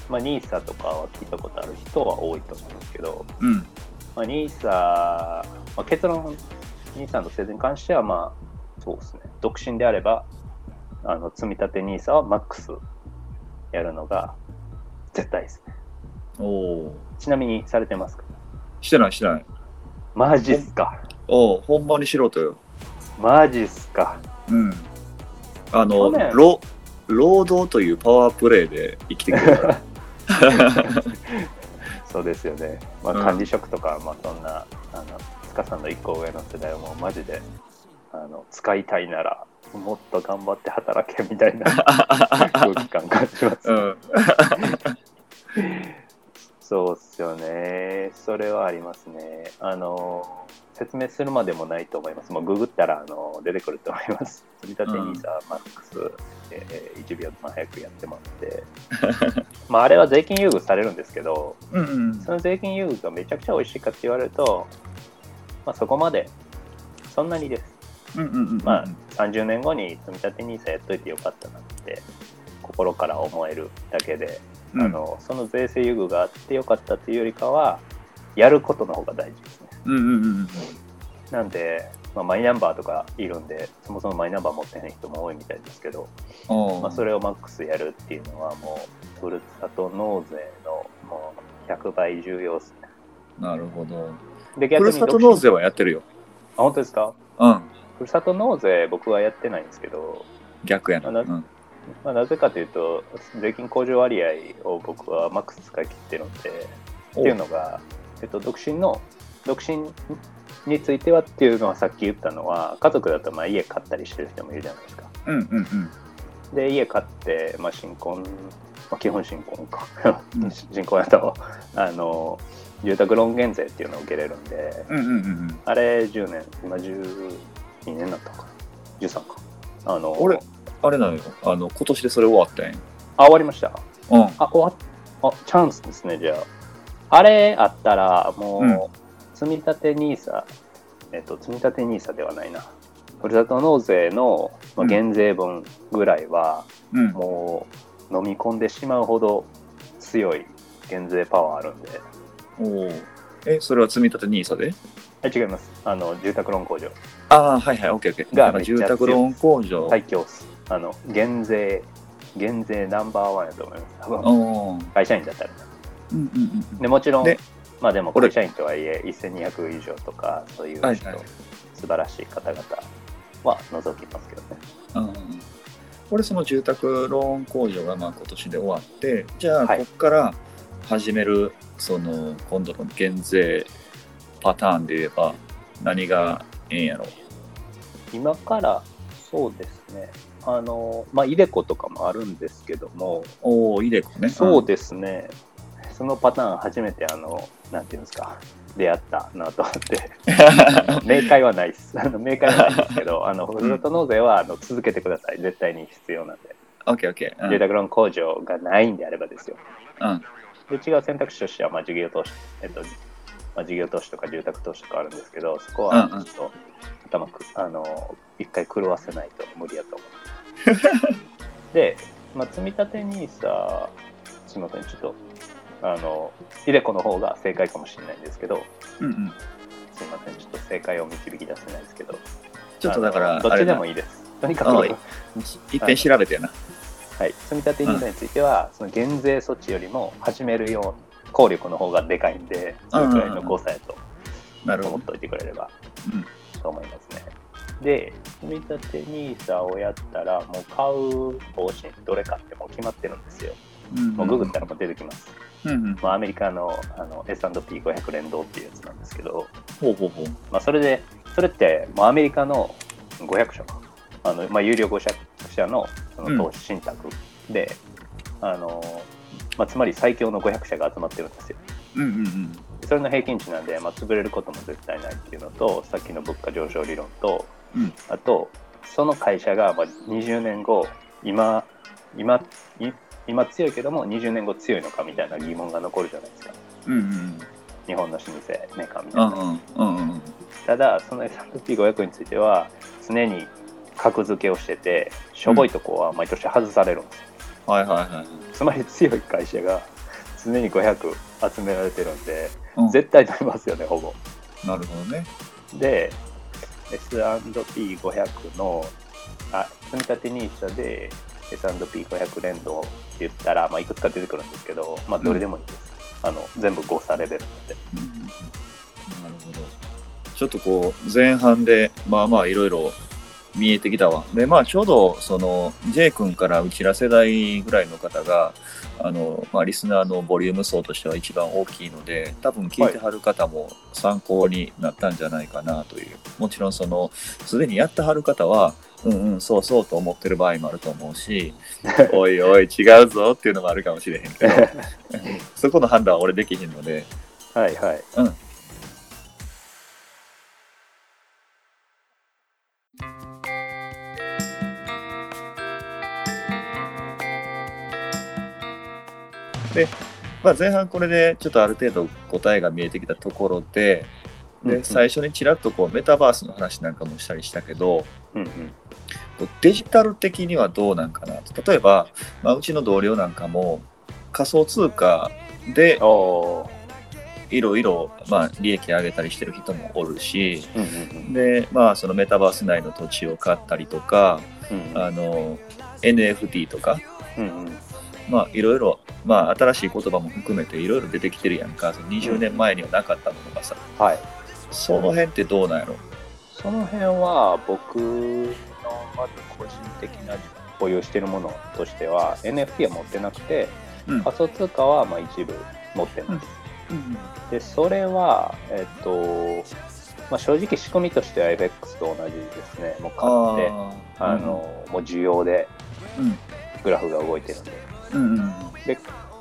Speaker 2: まあ、NISA とかは聞いたことある人は多いと思うんですけど、
Speaker 1: うん
Speaker 2: まあ、NISA、まあ、結論、NISA の製造に関しては、まあ、そうですね、独身であれば、あの積み立て NISA はマックスやるのが、絶対ですね。
Speaker 1: おお
Speaker 2: ちなみにされてますか
Speaker 1: してないしてない
Speaker 2: マジっすか
Speaker 1: おおほんまにしろとよ
Speaker 2: マジっすか
Speaker 1: うんあの
Speaker 2: 去年
Speaker 1: 労労働というパワープレイで生きてくる
Speaker 2: [LAUGHS]
Speaker 1: から
Speaker 2: そうですよね。まあ、
Speaker 1: うん
Speaker 2: 管理職とか、まあそんな、あの、塚さんの一個上の世代はもうマジで、あの、使いたいなら、もっと頑張って働けみ
Speaker 1: [LAUGHS]
Speaker 2: たいな空気感感じます。
Speaker 1: うん
Speaker 2: そうっすよね。それはありますね。あの、説明するまでもないと思います。もうググったら、あの、出てくると思います。積立 NISA、マックス、えー1秒でも早くやってもらって。まあ、あれは税金優遇されるんですけど、
Speaker 1: うんうん
Speaker 2: その税金優遇がめちゃくちゃ美味しいかって言われると、まあ、そこまで、そんなにです。
Speaker 1: うんうんうん
Speaker 2: [LAUGHS] まあ、30年後に積み立て NISA やっといてよかったなって、心から思えるだけで、
Speaker 1: うん
Speaker 2: あのその税制優遇があってよかったっていうよりかは、やることの方が大事ですね。
Speaker 1: うんうんうんうん
Speaker 2: なんで、まあ、マイナンバーとかいるんで、そもそもマイナンバー持ってない人も多いみたいですけど、
Speaker 1: おー
Speaker 2: まあ、それをマックスやるっていうのは、もう、ふるさと納税のもう100倍重要ですね。
Speaker 1: なるほど
Speaker 2: で、
Speaker 1: ふ
Speaker 2: 逆
Speaker 1: る
Speaker 2: に
Speaker 1: さ
Speaker 2: 独
Speaker 1: と
Speaker 2: 身
Speaker 1: 納税はやってるよ
Speaker 2: あ、本当ですか
Speaker 1: うん
Speaker 2: ふるさと納税、僕はやってないんですけど、
Speaker 1: 逆やな
Speaker 2: あな
Speaker 1: うん
Speaker 2: まあ、なぜかというと、税金控除割合を僕はマックス使い切ってるので、っていうのが、えっと、独身の、独身についてはっていうのはさっき言ったのは、家族だとまあ家買ったりしてる人もいるじゃないですか。
Speaker 1: うんうんうん
Speaker 2: で、家買って、まあ、新婚、まあ、基本新婚か
Speaker 1: う。ん
Speaker 2: [LAUGHS] 新婚だと、あの、住宅ローン減税っていうのを受けれるんで、
Speaker 1: うんうんうんうん
Speaker 2: あれ10年、今12年になったのかな、13か。あの、
Speaker 1: 俺あれなのよあの今年でそれ終わったんや
Speaker 2: あ、終わりました。
Speaker 1: うん
Speaker 2: あ、終わっ、あ、チャンスですね、じゃあ。あれあったら、もう、積み立て NISA、えっと、積み立て NISA ではないな。ふるさと納税の、まあ、
Speaker 1: うん
Speaker 2: 減税分ぐらいは、
Speaker 1: うん
Speaker 2: もう、飲み込んでしまうほど強い減税パワーあるんで。
Speaker 1: おおえそれは積み立て NISA で
Speaker 2: え違います。あの、住宅ローン控除。
Speaker 1: ああ、はいはい、オッケーオッケー。
Speaker 2: が
Speaker 1: だから住宅ローン控除。
Speaker 2: 最強っす。あの、減税、減税ナンバーワンやと思います。多
Speaker 1: う
Speaker 2: 分
Speaker 1: ん。うん
Speaker 2: 会社員だったらね。
Speaker 1: うんうん。
Speaker 2: でもちろん
Speaker 1: で、
Speaker 2: まあでも
Speaker 1: 俺
Speaker 2: 会社員とはいえ、1200以上とか、そういう
Speaker 1: はい
Speaker 2: ちょ
Speaker 1: は
Speaker 2: っ
Speaker 1: い
Speaker 2: と素晴らしい方々は除きますけどね。
Speaker 1: うん俺、その住宅ローン控除がまあ今年で終わって、じゃあ、
Speaker 2: はい
Speaker 1: こっから始める、その、今度の減税パターンで言えば、何がええんやろ。
Speaker 2: 今から、そうですね、あの、まあ、イデコとかもあるんですけども、
Speaker 1: おお、いいでこね。
Speaker 2: そう
Speaker 1: で。
Speaker 2: ですね、そのパターン初めて、あの、なんていうんですか、出会ったなと
Speaker 1: [LAUGHS]
Speaker 2: 思って、明快はないです。あの明快はないですけど、あの、ふるさと納税はあの続けてください。絶対に必要なんで。
Speaker 1: オッケーオッケー。うん
Speaker 2: 住宅ローン控除がないんであればですよ。
Speaker 1: うん
Speaker 2: で違う選択肢としては、まあ、事業投資、えっと、まあ、事業投資とか住宅投資とかあるんですけど、そこは
Speaker 1: うんうん
Speaker 2: ちょっと頭く、あの、一回狂わせないと無理やと思
Speaker 1: [LAUGHS]
Speaker 2: う。で、まあ、積み立て NISA、すみません、ちょっと、あの、イデコの方が正解かもしれないんですけど、
Speaker 1: うんうん。
Speaker 2: すみません、ちょっと正解を導き出せないですけど、
Speaker 1: ちょっとだか
Speaker 2: あ
Speaker 1: ら、
Speaker 2: のどっ
Speaker 1: あれ
Speaker 2: ちで
Speaker 1: だ
Speaker 2: もいいです。とにか
Speaker 1: あいい
Speaker 2: く、
Speaker 1: 一遍調べてやな。
Speaker 2: はい、積み立て NISA については、その減税措置よりも始めるよう効力の方がでかいんで、それくらいの誤差やと
Speaker 1: なるほ
Speaker 2: 思っておいてくれれば
Speaker 1: うん
Speaker 2: と思いますね。で、積み立て NISA をやったら、もう買う方針、どれかってもう決まってるんですよ。
Speaker 1: ど。
Speaker 2: もうググったらもう出てきます。
Speaker 1: うんうん。
Speaker 2: まあ、アメリカのあの S&P500 連動っていうやつなんですけど、
Speaker 1: ほうほうほう。
Speaker 2: まあ、それで、それって、もうアメリカの500社かあの、まあ、有料500社のその投資信託で、あの、まあ、つまり最強の500社が集まってるんですよ。
Speaker 1: うんうんうん。
Speaker 2: それの平均値なんで、まあ、潰れることも絶対ないっていうのと、さっきの物価上昇理論と、
Speaker 1: うん
Speaker 2: あと、その会社がまあ20年後、今、今、い今強いけども、20年後強いのかみたいな疑問が残るじゃないですか。
Speaker 1: うんうん
Speaker 2: 日本の老舗メーカーみたい
Speaker 1: うん。うん
Speaker 2: な。
Speaker 1: うんうんうんうん。
Speaker 2: ただその S&P500 については常に格付けをしててしょぼいとこは毎年外されるんです、
Speaker 1: はいはいはい。
Speaker 2: つまり強い会社が常に500集められてるんで
Speaker 1: うん
Speaker 2: 絶対取りますよねほぼ
Speaker 1: なるほどね。
Speaker 2: で S&P500 のあ積み立て NISA で S&P500 連動って言ったら、まあ、いくつか出てくるんですけど、まあ、どれでもいいです。あの全部誤差レベルなんで。
Speaker 1: うんうんうんなるほど。ちょっとこう、前半で、まあまあいろいろ見えてきたわ。で、まあちょうど、その、J 君からうちら世代ぐらいの方が、あの、まあリスナーのボリューム層としては一番大きいので、多分聞いてはる方も参考になったんじゃないかなという。もちろんその、すでにやってはる方は、うんうん、そうそうと思ってる場合もあると思うし、おいおい、違うぞっていうのもあるかもしれへんけど、そこの判断は俺できひんので、
Speaker 2: はいはい。
Speaker 1: まあ、前半これでちょっとある程度答えが見えてきたところでで、
Speaker 2: うん
Speaker 1: 最初にちらっとこうメタバースの話なんかもしたりしたけど
Speaker 2: うんうん。
Speaker 1: こうデジタル的にはどうなんかなと例えば、まあ、うちの同僚なんかも仮想通貨で
Speaker 2: おお
Speaker 1: いろいろまあ利益上げたりしてる人もおるし
Speaker 2: ー。うんうん
Speaker 1: で、まあ、そのメタバース内の土地を買ったりとか
Speaker 2: うん。
Speaker 1: あの NFT とか
Speaker 2: うんうん。
Speaker 1: まあいろいろ、まあ、新しい言葉も含めていろいろ出てきてるやんかその20年前にはなかったものがさ
Speaker 2: はい。
Speaker 1: その辺ってどうなんやろ
Speaker 2: その辺は僕のまず個人的な保有しているものとしては NFT は持ってなくて
Speaker 1: うん
Speaker 2: 仮想通貨はまあ一部持ってます。でそれは、えっとまあ、正直仕組みとしては FX と同じですねもう買って
Speaker 1: あー
Speaker 2: あ、の、もう需要で
Speaker 1: うん
Speaker 2: グラフが動いてるんで、
Speaker 1: うんうん
Speaker 2: ま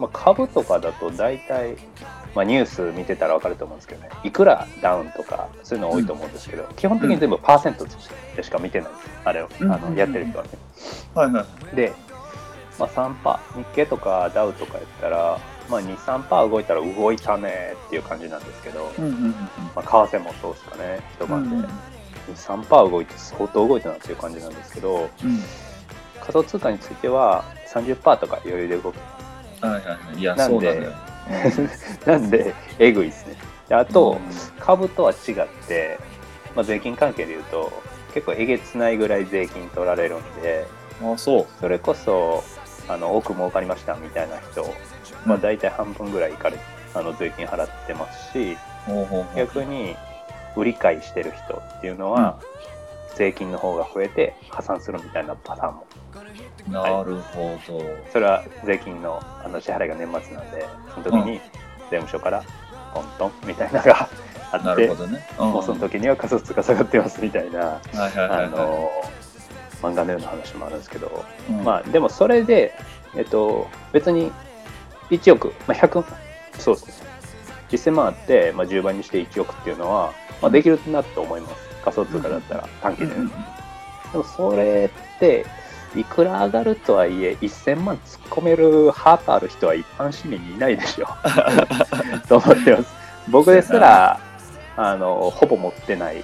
Speaker 2: あ、株とかだと大体、まあ、ニュース見てたら分かると思うんですけどねいくらダウンとかそういうの多いと思うんですけど、基本的に全部パーセントでしか見てないんですあれをあ
Speaker 1: うん
Speaker 2: のやってる人はね。
Speaker 1: はいはい
Speaker 2: で、まあ、3パー日経とかダウとかやったら、まあ、23パー動いたら動いたねっていう感じなんですけど、
Speaker 1: うんうん
Speaker 2: まあ、為替もそうですかね一
Speaker 1: うん
Speaker 2: 晩で23パー動いて相当動いたなっていう感じなんですけど
Speaker 1: うん
Speaker 2: 仮想通貨については30パーとか余裕で動く
Speaker 1: はいはいはいいや
Speaker 2: なんで
Speaker 1: そうなんだよ
Speaker 2: [LAUGHS] なんでえぐいですねであと
Speaker 1: うん
Speaker 2: 株とは違って、まあ、税金関係でいうと結構えげつないぐらい税金取られるんで
Speaker 1: あそう
Speaker 2: それこそあの奥儲かりましたみたいな人、まあ、大体半分ぐらいいかれあの税金払ってますし
Speaker 1: ほうほうほう
Speaker 2: 逆に売り買いしてる人っていうのは、税金の方が増えて破産するみたいなパターンも
Speaker 1: なるほど
Speaker 2: それは税金のあの支払いが年末なんでその時に税務署からトントンみたいなのがあ
Speaker 1: な
Speaker 2: っ
Speaker 1: る
Speaker 2: て
Speaker 1: ほどねうん
Speaker 2: もうその時には仮想通貨下がってますみたいな、
Speaker 1: はいはいはい
Speaker 2: あ
Speaker 1: は
Speaker 2: の漫画のような話もあるんですけど、
Speaker 1: いうん
Speaker 2: まあでもそれで、えっと、別に1億、まあ、100そうですね1000万あって、まあ、10倍にして1億っていうのは、まあ、できるなと思います仮想通貨だったら短期
Speaker 1: う
Speaker 2: で
Speaker 1: ん
Speaker 2: ね、
Speaker 1: うん
Speaker 2: でもそれっていくら上がるとはいえ1000万突っ込めるハートある人は一般市民にいない
Speaker 1: [LAUGHS]
Speaker 2: でしょと思ってます僕ですらあのほぼ持ってない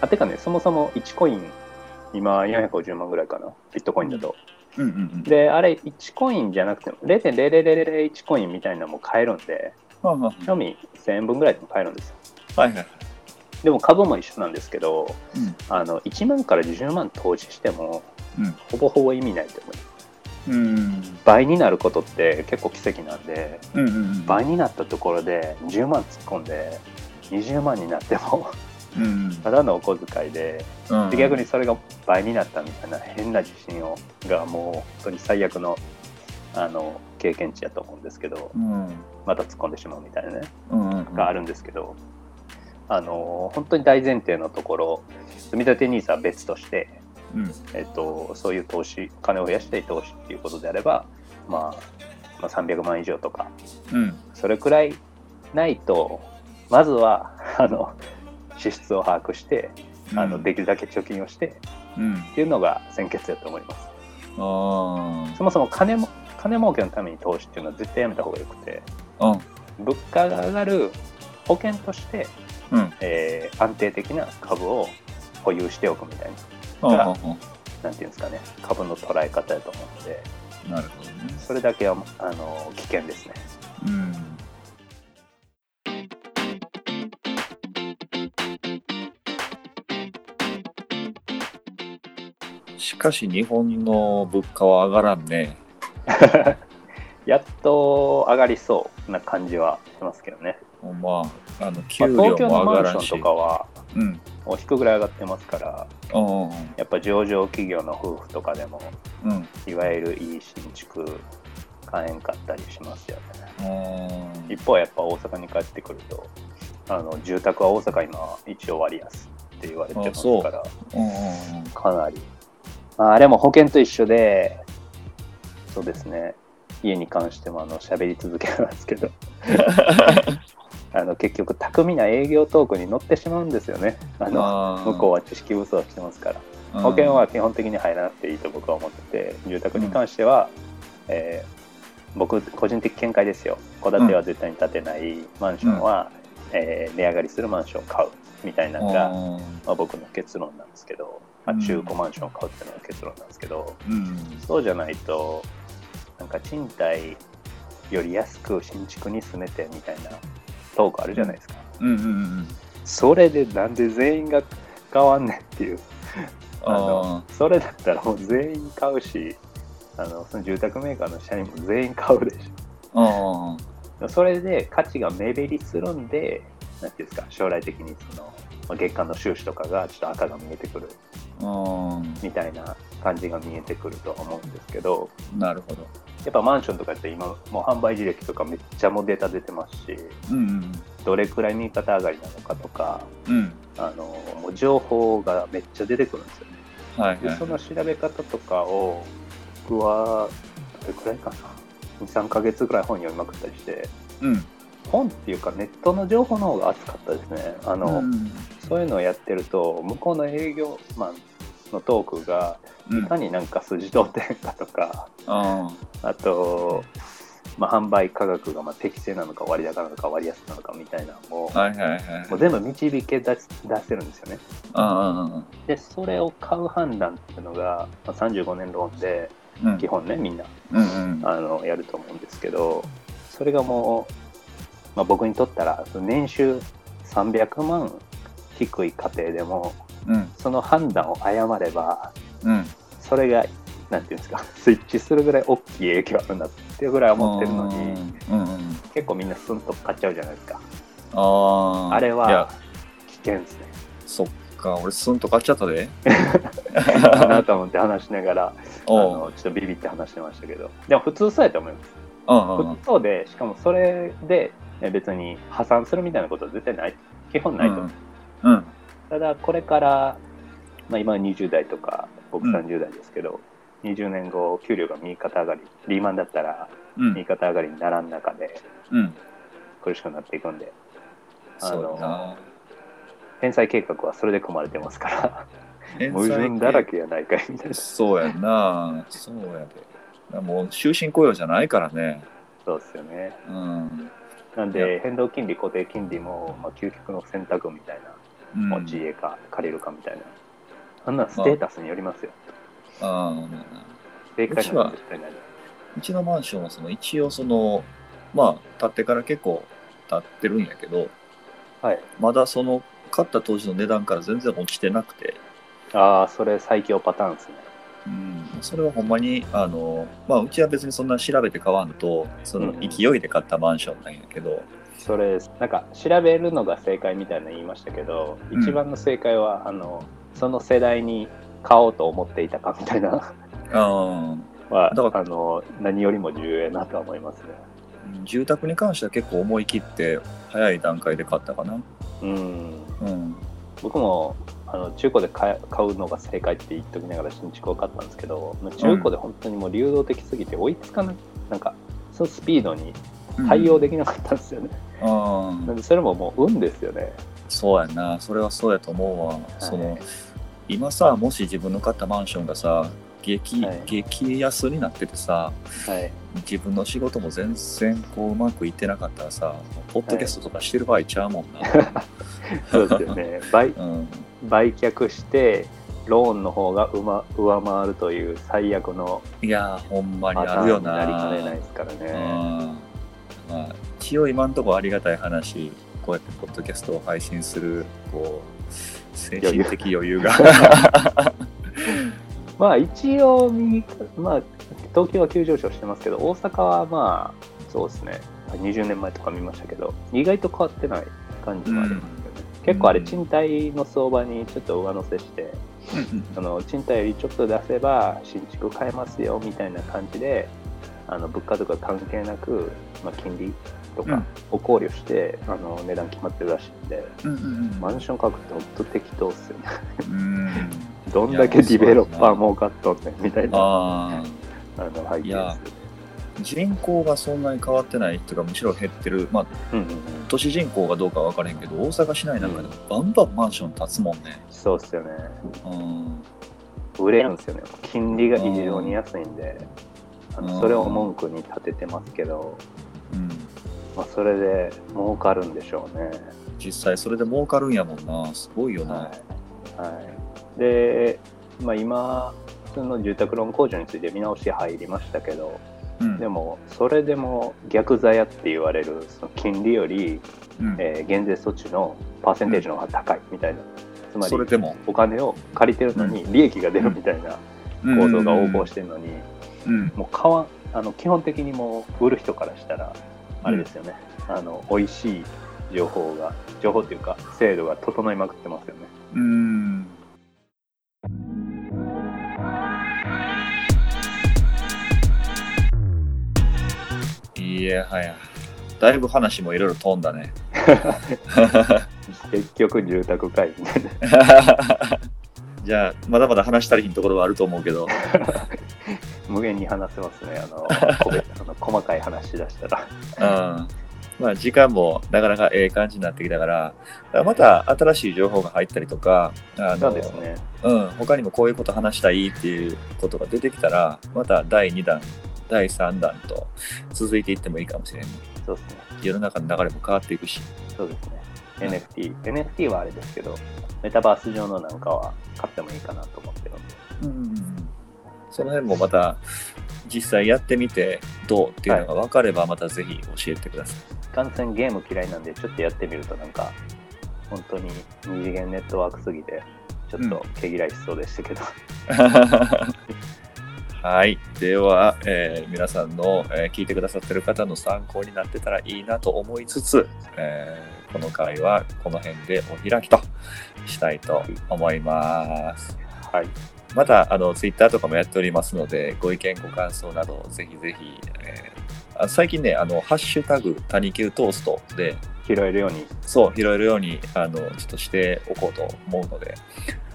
Speaker 2: あてかねそもそも1コイン今450万ぐらいかなビットコインだと、
Speaker 1: うんうん
Speaker 2: であれ1コインじゃなくても0.0001コインみたいなのも買えるんで
Speaker 1: はあは
Speaker 2: 賞味1000円分ぐらいでも買えるんですよ
Speaker 1: あはいはい
Speaker 2: でも株も一緒なんですけど
Speaker 1: うん
Speaker 2: あの1万から10万投資しても、
Speaker 1: うん
Speaker 2: ほぼほぼ意味ないと思う
Speaker 1: うん
Speaker 2: 倍になることって結構奇跡なんで
Speaker 1: うんうんうん
Speaker 2: 倍になったところで10万突っ込んで20万になっても [LAUGHS]
Speaker 1: うん
Speaker 2: ただのお小遣いで
Speaker 1: うん
Speaker 2: で逆にそれが倍になったみたいな変な自信をがもう本当に最悪のあの経験値やと思うんですけど
Speaker 1: うんうん
Speaker 2: また突っ込んでしまうみたいなね
Speaker 1: うんうん
Speaker 2: があるんですけど、あの本当に大前提のところ積み立て NISA は別として、
Speaker 1: うん
Speaker 2: えっと、そういう投資金を増やして投資っていうことであれば、まあ、まあ300万以上とか
Speaker 1: うん
Speaker 2: それくらいないとまずは [LAUGHS] あの支出を把握してあのできるだけ貯金をして
Speaker 1: うん
Speaker 2: っていうのが先決だと思います
Speaker 1: あ
Speaker 2: そもそも金も金儲けのために投資っていうのは絶対やめた方がよくて
Speaker 1: あうん
Speaker 2: 物価が上がる保険として
Speaker 1: うん
Speaker 2: えー安定的な株を保有しておくみたいな、
Speaker 1: はあはあは
Speaker 2: なんていうんですかね、株の捉え方だと思うので、
Speaker 1: あなるほどね
Speaker 2: それだけはあの危険ですね。
Speaker 1: うんしかし日本の物価は上がらんね。
Speaker 2: やっと上がりそうな感じはしますけどね。
Speaker 1: ほんまあ、あの
Speaker 2: ま
Speaker 1: 給
Speaker 2: あ、
Speaker 1: 料
Speaker 2: 東京の
Speaker 1: も
Speaker 2: マ
Speaker 1: 上
Speaker 2: ン
Speaker 1: が
Speaker 2: シ
Speaker 1: らんし。
Speaker 2: ョンとかは、
Speaker 1: うん。
Speaker 2: お引くぐらい上がってますから、
Speaker 1: うん。
Speaker 2: やっぱ上場企業の夫婦とかでも、
Speaker 1: うん。うん
Speaker 2: いわゆるいい新築買えんかったりしますよね。
Speaker 1: うん
Speaker 2: 一方、やっぱ大阪に帰ってくると、あの住宅は大阪今、一応割安って言われてますから、
Speaker 1: うん
Speaker 2: かなり。まあ、あれも保険と一緒で、そうですね、家に関してもあの喋り続けますけ [LAUGHS] ど、あの結局、巧みな営業トークに乗ってしまうんですよね。あの向こうは知識武装してますから、
Speaker 1: うん
Speaker 2: 保険は基本的に入らなくていいと僕は思ってて、住宅に関しては、えー僕、個人的見解ですよ、戸建ては絶対に建てない、マンションは、えー値上がりするマンションを買うみたいなのが、
Speaker 1: うん
Speaker 2: まあ、僕の結論なんですけど、まあ、
Speaker 1: うん
Speaker 2: 中古マンションを買うっていうのが結論なんですけど、
Speaker 1: うん
Speaker 2: そうじゃないと、なんか賃貸より安く新築に住めてみたいなトークあるじゃないですか。
Speaker 1: うんうんうん
Speaker 2: それでなんで全員が買わんねんっていう。あの
Speaker 1: あ
Speaker 2: それだったらもう全員買うしあのその住宅メーカーの社員も全員買うでし
Speaker 1: ーあー
Speaker 2: ょそれで価値が目減りするんでなんていうんですか将来的にそのまあ月間の収支とかがちょっと赤が見えてくる
Speaker 1: う
Speaker 2: みたいな感じが見えてくるとは思うんですけど
Speaker 1: んなるほど。
Speaker 2: やっぱマンションとかって今もう販売履歴とかめっちゃもうデータ出てますし
Speaker 1: うん
Speaker 2: どれくらい右肩上がりなのかとか
Speaker 1: うんうん。
Speaker 2: あのもう情報がめっちゃ出てくるんですよね
Speaker 1: はいはい
Speaker 2: で
Speaker 1: はい
Speaker 2: そ。の調べ方とかを僕はどれくらいかな23ヶ月ぐらい本読みまくったりして
Speaker 1: うん。
Speaker 2: 本っていうかネットの情報の方が熱かったですねあの、
Speaker 1: うん
Speaker 2: そういうのをやってると向こうの営業マンのトークが
Speaker 1: うん
Speaker 2: いかになんか筋通ってるかとか、
Speaker 1: あ
Speaker 2: あと、まあ、販売価格がまあ適正なのか割高なのか割安なのかみたいなのを
Speaker 1: ーはいはいはい。
Speaker 2: もう全部導き出す出せるんですよね
Speaker 1: あ
Speaker 2: でそれを買う判断っていうのが、まあ、35年ローンで
Speaker 1: ーうん
Speaker 2: 基本ねみんな
Speaker 1: うんうん。
Speaker 2: あのやると思うんですけどそれがもう、まあ、僕にとったらその年収300万低い家庭でも
Speaker 1: うん
Speaker 2: その判断を誤れば
Speaker 1: うん。
Speaker 2: それがなんていうんですかスイッチするぐらい大きい影響あるんだっていうぐらい思ってるのに
Speaker 1: うんうん。
Speaker 2: 結構みんなスンと買っちゃうじゃないですか
Speaker 1: あー
Speaker 2: あれ
Speaker 1: い
Speaker 2: は
Speaker 1: や
Speaker 2: 危
Speaker 1: [LAUGHS]
Speaker 2: 険ですね
Speaker 1: そっか俺スンと買っちゃったで
Speaker 2: かなと思って話しながらあ
Speaker 1: おう
Speaker 2: のちょっとビビって話してましたけどでも普通そうやと思います
Speaker 1: うんうんう
Speaker 2: 普
Speaker 1: ん
Speaker 2: 通そうでしかもそれでね別に破産するみたいなことは絶対ない基本ないと思う、
Speaker 1: うん
Speaker 2: ただこれから、まあ、今20代とか僕
Speaker 1: うん
Speaker 2: 30代ですけど、20年後給料が右肩上がりリーマンだったら
Speaker 1: うん
Speaker 2: 右肩上がりにならん中で
Speaker 1: うん
Speaker 2: 苦しくなっていくんであ
Speaker 1: そうだ
Speaker 2: の
Speaker 1: な
Speaker 2: 返済計画はそれで組まれてますから
Speaker 1: 返済
Speaker 2: 矛盾だらけやないかいみたいな
Speaker 1: そうやんなそうやでもう終身雇用じゃないからね
Speaker 2: そうですよね
Speaker 1: うん
Speaker 2: なんで変動金利固定金利も、まあ、究極の選択みたいな
Speaker 1: うん
Speaker 2: 持ち家か借りるかみたいなあんなステータスによりますよ
Speaker 1: あー
Speaker 2: 正解なんて絶対ないう
Speaker 1: ちのマンションはその一応そのまあ建ってから結構経ってるんやけど
Speaker 2: はい
Speaker 1: まだその買った当時の値段から全然落ちてなくて
Speaker 2: ああそれ最強パターンですね
Speaker 1: うん、それはほんまにあの、まあ、うちは別にそんな調べて買わんとその
Speaker 2: うんうん
Speaker 1: 勢いで買ったマンションなんやけど、
Speaker 2: それですなんか調べるのが正解みたいなの言いましたけど、
Speaker 1: うん
Speaker 2: 一番の正解はあのその世代に買おうと思っていたかみたいな
Speaker 1: うん
Speaker 2: は
Speaker 1: だから
Speaker 2: あの何よりも重要やなとは思いますね
Speaker 1: 住宅に関しては結構思い切って早い段階で買ったかな、
Speaker 2: うん
Speaker 1: うん、
Speaker 2: 僕もあの中古で買え買うのが正解って言っときながら新築を買ったんですけどもう中古で本当にもう流動的すぎて追いつかない、なんかそのスピードに対応できなかったんですよね、
Speaker 1: うん、う
Speaker 2: なん
Speaker 1: ん
Speaker 2: でそれももう運ですよね
Speaker 1: そうやなそれはそうやと思うわ、その今さもし自分の買ったマンションがさ激,、
Speaker 2: はい
Speaker 1: 激安になっててさ
Speaker 2: はい
Speaker 1: 自分の仕事も全然こううまくいってなかったらさポッドキャストとかしてる場合ちゃうもんな、
Speaker 2: そうですよね売
Speaker 1: うん
Speaker 2: 売却してローンの方がうま上回るという最悪の
Speaker 1: いやーほんま
Speaker 2: パ
Speaker 1: に
Speaker 2: タ
Speaker 1: あ
Speaker 2: ー
Speaker 1: るよ
Speaker 2: ンに
Speaker 1: な。
Speaker 2: なりかねないですからね
Speaker 1: うんまあ、一応今のところありがたい話こうやってポッドキャストを配信するこう精神的余裕が
Speaker 2: 余まあ一応右か、まあ、東京は急上昇してますけど、大阪はまあ、そうですね、20年前とか見ましたけど、意外と変わってない感じもありますよね。結構あれ、
Speaker 1: うん
Speaker 2: 賃貸の相場にちょっと上乗せして、あの賃貸よりちょっと出せば新築買えますよみたいな感じで、あの物価とか関係なく、まあ、金利と
Speaker 1: うん
Speaker 2: かを考慮して、あの値段決まってるらしいんで、
Speaker 1: うんうん
Speaker 2: マンション価格って本当適当っすよね。
Speaker 1: うん
Speaker 2: どんだけディベロッパー儲かっとんねんみたいな
Speaker 1: あ
Speaker 2: あの背景
Speaker 1: い
Speaker 2: で
Speaker 1: やー人口がそんなに変わってないっていうかむしろ減ってるまあ
Speaker 2: す。うんうんうん
Speaker 1: 都市人口がどうか分からへんけど大阪市内なんかでもバンバンマンション建つもんね、
Speaker 2: そうっすよね。
Speaker 1: うん、
Speaker 2: 売れるんですよね。金利が非常に安いんで、あ
Speaker 1: うん
Speaker 2: のそれを文句に立ててますけど、
Speaker 1: うん、
Speaker 2: まあ、それで儲かるんでしょうね。
Speaker 1: 実際それで儲かるんやもんなすごいよな、
Speaker 2: はい。はい、で、まあ、今、普通の住宅ローン控除について見直し入りましたけど、
Speaker 1: うん
Speaker 2: でも、それでも逆ざやって言われる、その金利より、
Speaker 1: うん
Speaker 2: えー減税措置のパーセンテージの方が高いみたいな。つまり
Speaker 1: それでも、
Speaker 2: お金を借りてるのに利益が出るみたいな構造が横行しててるのに、
Speaker 1: うん
Speaker 2: もう買わんあの基本的にもう売る人からしたらあれですよね、あの美味しい情報が情報っていうか制度が整いまくってますよね
Speaker 1: うん、いやはやだいぶ話もいろいろ飛んだね
Speaker 2: 結局住宅会議
Speaker 1: じゃあまだまだ話したりひんところはあると思う [LAUGHS] けど
Speaker 2: [LAUGHS] 無限に話せますねあの個別あの細かい話し出したら
Speaker 1: うんまあ、時間もなかなかええ感じになってきたから、また新しい情報が入ったりとか、あ
Speaker 2: そうですね
Speaker 1: うん、他にもこういうこと話したいっていうことが出てきたら、また第2弾、第3弾と続いていってもいいかもしれない。
Speaker 2: そうですね
Speaker 1: 世の中の流れも変わっていくし。
Speaker 2: そうですね NFT、NFT はあれですけどメタバース上のなんかは買ってもいいかなと思ってるんで
Speaker 1: うん、その辺もまた実際やってみてどうっていうのが分かれば、またぜひ教えてください。
Speaker 2: いかんせんゲーム嫌いなんでちょっとやってみるとなんか本当に二次元ネットワークすぎてちょっと毛嫌いしそうでしたけど、 [LAUGHS]
Speaker 1: [LAUGHS] はい。では、えー皆さんの、えー聞いてくださってる方の参考になってたらいいなと思いつつ、えーこの回はこの辺でお開きとしたいと思います。
Speaker 2: はい
Speaker 1: また、あの、ツイッターとかもやっておりますので、ご意見、ご感想など、ぜひぜひ、えーあ最近ね、あの、ハッシュタグ、タニキュートーストで、
Speaker 2: 拾えるように
Speaker 1: そう、拾えるように、あの、ちょっとしておこうと思うので、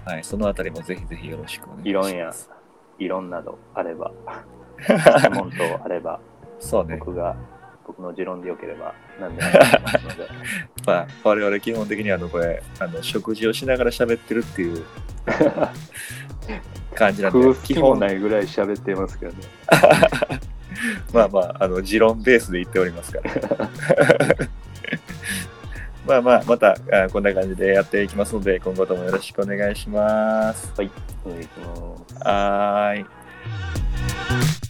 Speaker 1: はい、そのあたりもぜひぜひよろしくお願いします。
Speaker 2: いろんやいろんなどあれば質問等あれば
Speaker 1: そうね。
Speaker 2: 僕が僕の持論でよければ何でも答えますので
Speaker 1: まあ、我々基本的にあのこれあの食事をしながら喋ってるっていう感じなん
Speaker 2: 空
Speaker 1: で
Speaker 2: 気
Speaker 1: 基
Speaker 2: も
Speaker 1: 本
Speaker 2: ないぐらい喋ってますけどね
Speaker 1: まあまああの持論ベースで言っておりますから [LAUGHS] まあまあまたあこんな感じでやっていきますので今後ともよろしくお願いします
Speaker 2: お願いします
Speaker 1: はーい